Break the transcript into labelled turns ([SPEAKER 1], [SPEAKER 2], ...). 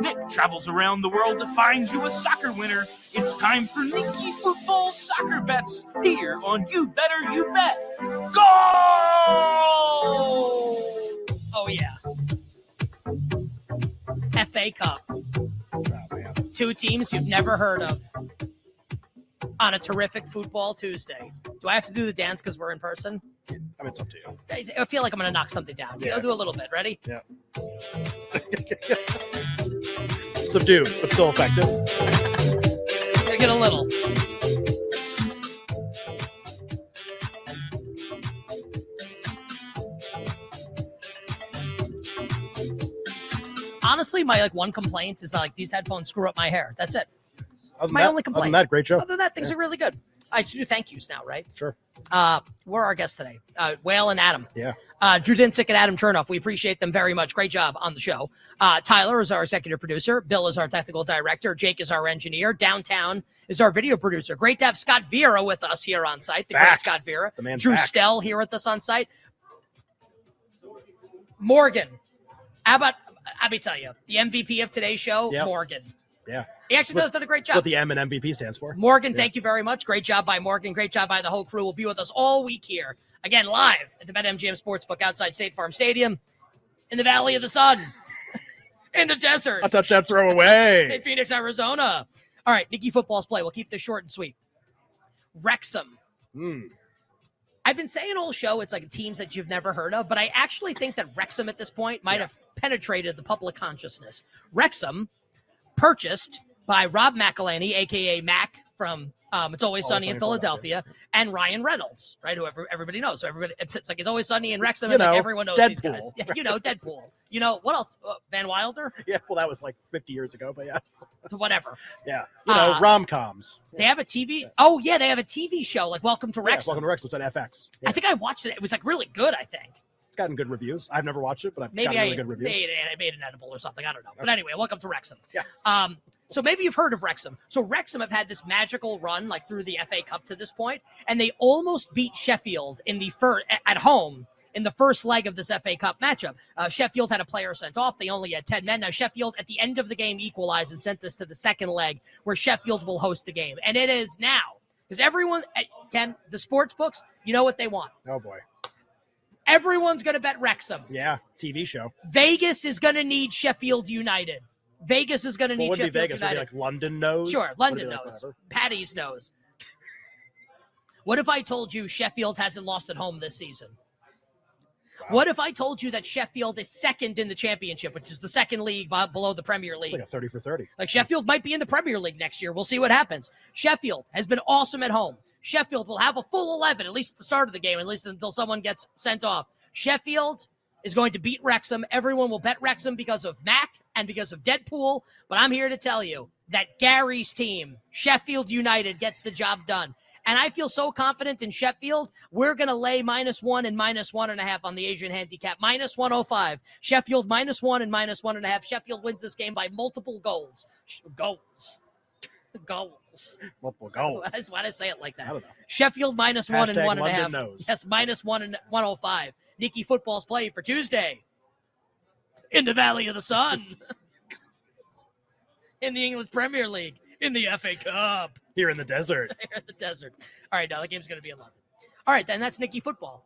[SPEAKER 1] Nick travels around the world to find you a soccer winner. It's time for Nicky Football Soccer Bets here on You Better You Bet. Go!
[SPEAKER 2] Oh yeah. FA Cup. Two teams you've never heard of on a terrific football Tuesday. Do I have to do the dance because we're in person?
[SPEAKER 3] I mean, it's up to you.
[SPEAKER 2] I, I feel like I'm going to knock something down.
[SPEAKER 3] Yeah.
[SPEAKER 2] I'll do a little bit. Ready?
[SPEAKER 3] Subdued, but still effective.
[SPEAKER 2] I get a little. Honestly, my like one complaint is that like these headphones screw up my hair. That's it.
[SPEAKER 3] That's
[SPEAKER 2] my only complaint.
[SPEAKER 3] Other than that, great show.
[SPEAKER 2] Other than that, things are really good. I should do thank yous now, right?
[SPEAKER 3] Sure.
[SPEAKER 2] Uh, we're our guests today, uh, Whale and Adam.
[SPEAKER 3] Yeah.
[SPEAKER 2] Uh, Drew Dinsick and Adam Chernoff. We appreciate them very much. Great job on the show. Uh, Tyler is our executive producer. Bill is our technical director. Jake is our engineer. Downtown is our video producer. Great to have Scott Vera with us here on site. The great
[SPEAKER 3] Back.
[SPEAKER 2] Scott Vera.
[SPEAKER 3] The man's
[SPEAKER 2] Drew
[SPEAKER 3] back.
[SPEAKER 2] Stell here with us on site. Morgan. How about, let me tell you, the MVP of today's show,
[SPEAKER 3] Yep.
[SPEAKER 2] Morgan.
[SPEAKER 3] Yeah.
[SPEAKER 2] He actually
[SPEAKER 3] What-
[SPEAKER 2] does done a great
[SPEAKER 3] That's
[SPEAKER 2] job.
[SPEAKER 3] what the M and MVP stands for.
[SPEAKER 2] Morgan,
[SPEAKER 3] Yeah.
[SPEAKER 2] thank you very much. Great job by Morgan. Great job by the whole crew. Will be with us all week here. Again, live at the BetMGM Sportsbook outside State Farm Stadium in the Valley of the Sun, in the desert,
[SPEAKER 3] A touchdown throw away.
[SPEAKER 2] in Phoenix, Arizona. All right, Nikki football's play. We'll keep this short and sweet. Wrexham.
[SPEAKER 3] Hmm.
[SPEAKER 2] I've been saying all show it's like teams that you've never heard of, but I actually think that Wrexham at this point might have penetrated the public consciousness. Wrexham, purchased by Rob McElhenney, aka Mac from um, It's Always Sunny in Philadelphia, and Ryan Reynolds, right? Who every- everybody knows. So everybody, it's, it's like It's Always Sunny in Wrexham,
[SPEAKER 3] You
[SPEAKER 2] and like
[SPEAKER 3] know,
[SPEAKER 2] everyone knows these
[SPEAKER 3] Deadpool,
[SPEAKER 2] guys. Yeah, you know Deadpool. You know what else? Uh, Van Wilder,
[SPEAKER 3] Yeah, well, that was like 50 years ago, but yeah,
[SPEAKER 2] whatever.
[SPEAKER 3] yeah. You know,
[SPEAKER 2] Uh,
[SPEAKER 3] rom coms.
[SPEAKER 2] They have a TV. Oh yeah, they have a TV show like Welcome to Wrexham.
[SPEAKER 3] welcome to Rex. It's on FX. Yeah,
[SPEAKER 2] I think I watched it. It was like really good. I think.
[SPEAKER 3] it's gotten good reviews. I've never watched it, but I've
[SPEAKER 2] Maybe
[SPEAKER 3] gotten really
[SPEAKER 2] I
[SPEAKER 3] good reviews.
[SPEAKER 2] made I made an edible or something. I don't know. But anyway, welcome to Wrexham.
[SPEAKER 3] Yeah.
[SPEAKER 2] Um, so maybe you've heard of Wrexham. So Wrexham have had this magical run like through the FA Cup to this point, and they almost beat Sheffield in the first at home in the first leg of this FA Cup matchup. Uh, Sheffield had a player sent off. They only had ten men. Now Sheffield at the end of the game equalized and sent this to the second leg, where Sheffield will host the game, and it is now because everyone can the sports books. You know what they want.
[SPEAKER 3] Oh, boy.
[SPEAKER 2] Everyone's going to bet Wrexham.
[SPEAKER 3] Yeah, TV show.
[SPEAKER 2] Vegas is going to need Sheffield United. Vegas is going to
[SPEAKER 3] Well, it
[SPEAKER 2] need
[SPEAKER 3] wouldn't be
[SPEAKER 2] Sheffield
[SPEAKER 3] Vegas. Would it
[SPEAKER 2] United.
[SPEAKER 3] be like London knows?
[SPEAKER 2] sure,
[SPEAKER 3] Would it
[SPEAKER 2] London
[SPEAKER 3] be like
[SPEAKER 2] knows.
[SPEAKER 3] whatever?
[SPEAKER 2] Patty's knows. What if I told you Sheffield hasn't lost at home this season? What if I told you that Sheffield is second in the championship, which is the second league bo- below the Premier League?
[SPEAKER 3] It's like a 30 for 30.
[SPEAKER 2] Like Sheffield might be in the Premier League next year. We'll see what happens. Sheffield has been awesome at home. Sheffield will have a full 11, at least at the start of the game, at least until someone gets sent off. Sheffield is going to beat Wrexham. Everyone will bet Wrexham because of Mac and because of Deadpool. But I'm here to tell you that Gary's team, Sheffield United, gets the job done. And I feel so confident in Sheffield. We're going to lay minus one and minus one and a half on the Asian handicap, minus 105. Sheffield minus one and minus one and a half. Sheffield wins this game by multiple goals. Sh- Goals. Goals.
[SPEAKER 3] Multiple goals.
[SPEAKER 2] I just want to say it like
[SPEAKER 3] I
[SPEAKER 2] that.
[SPEAKER 3] don't know.
[SPEAKER 2] Sheffield minus one and
[SPEAKER 3] Hashtag
[SPEAKER 2] one and a
[SPEAKER 3] London
[SPEAKER 2] half.
[SPEAKER 3] knows.
[SPEAKER 2] Yes, minus one and 105. Nikki football's play for Tuesday in the Valley of the Sun, in the English Premier League, in the FA Cup,
[SPEAKER 3] Here in the desert.
[SPEAKER 2] there in the desert. All right, now the game's going to be in London. All right, then that's Nikki football.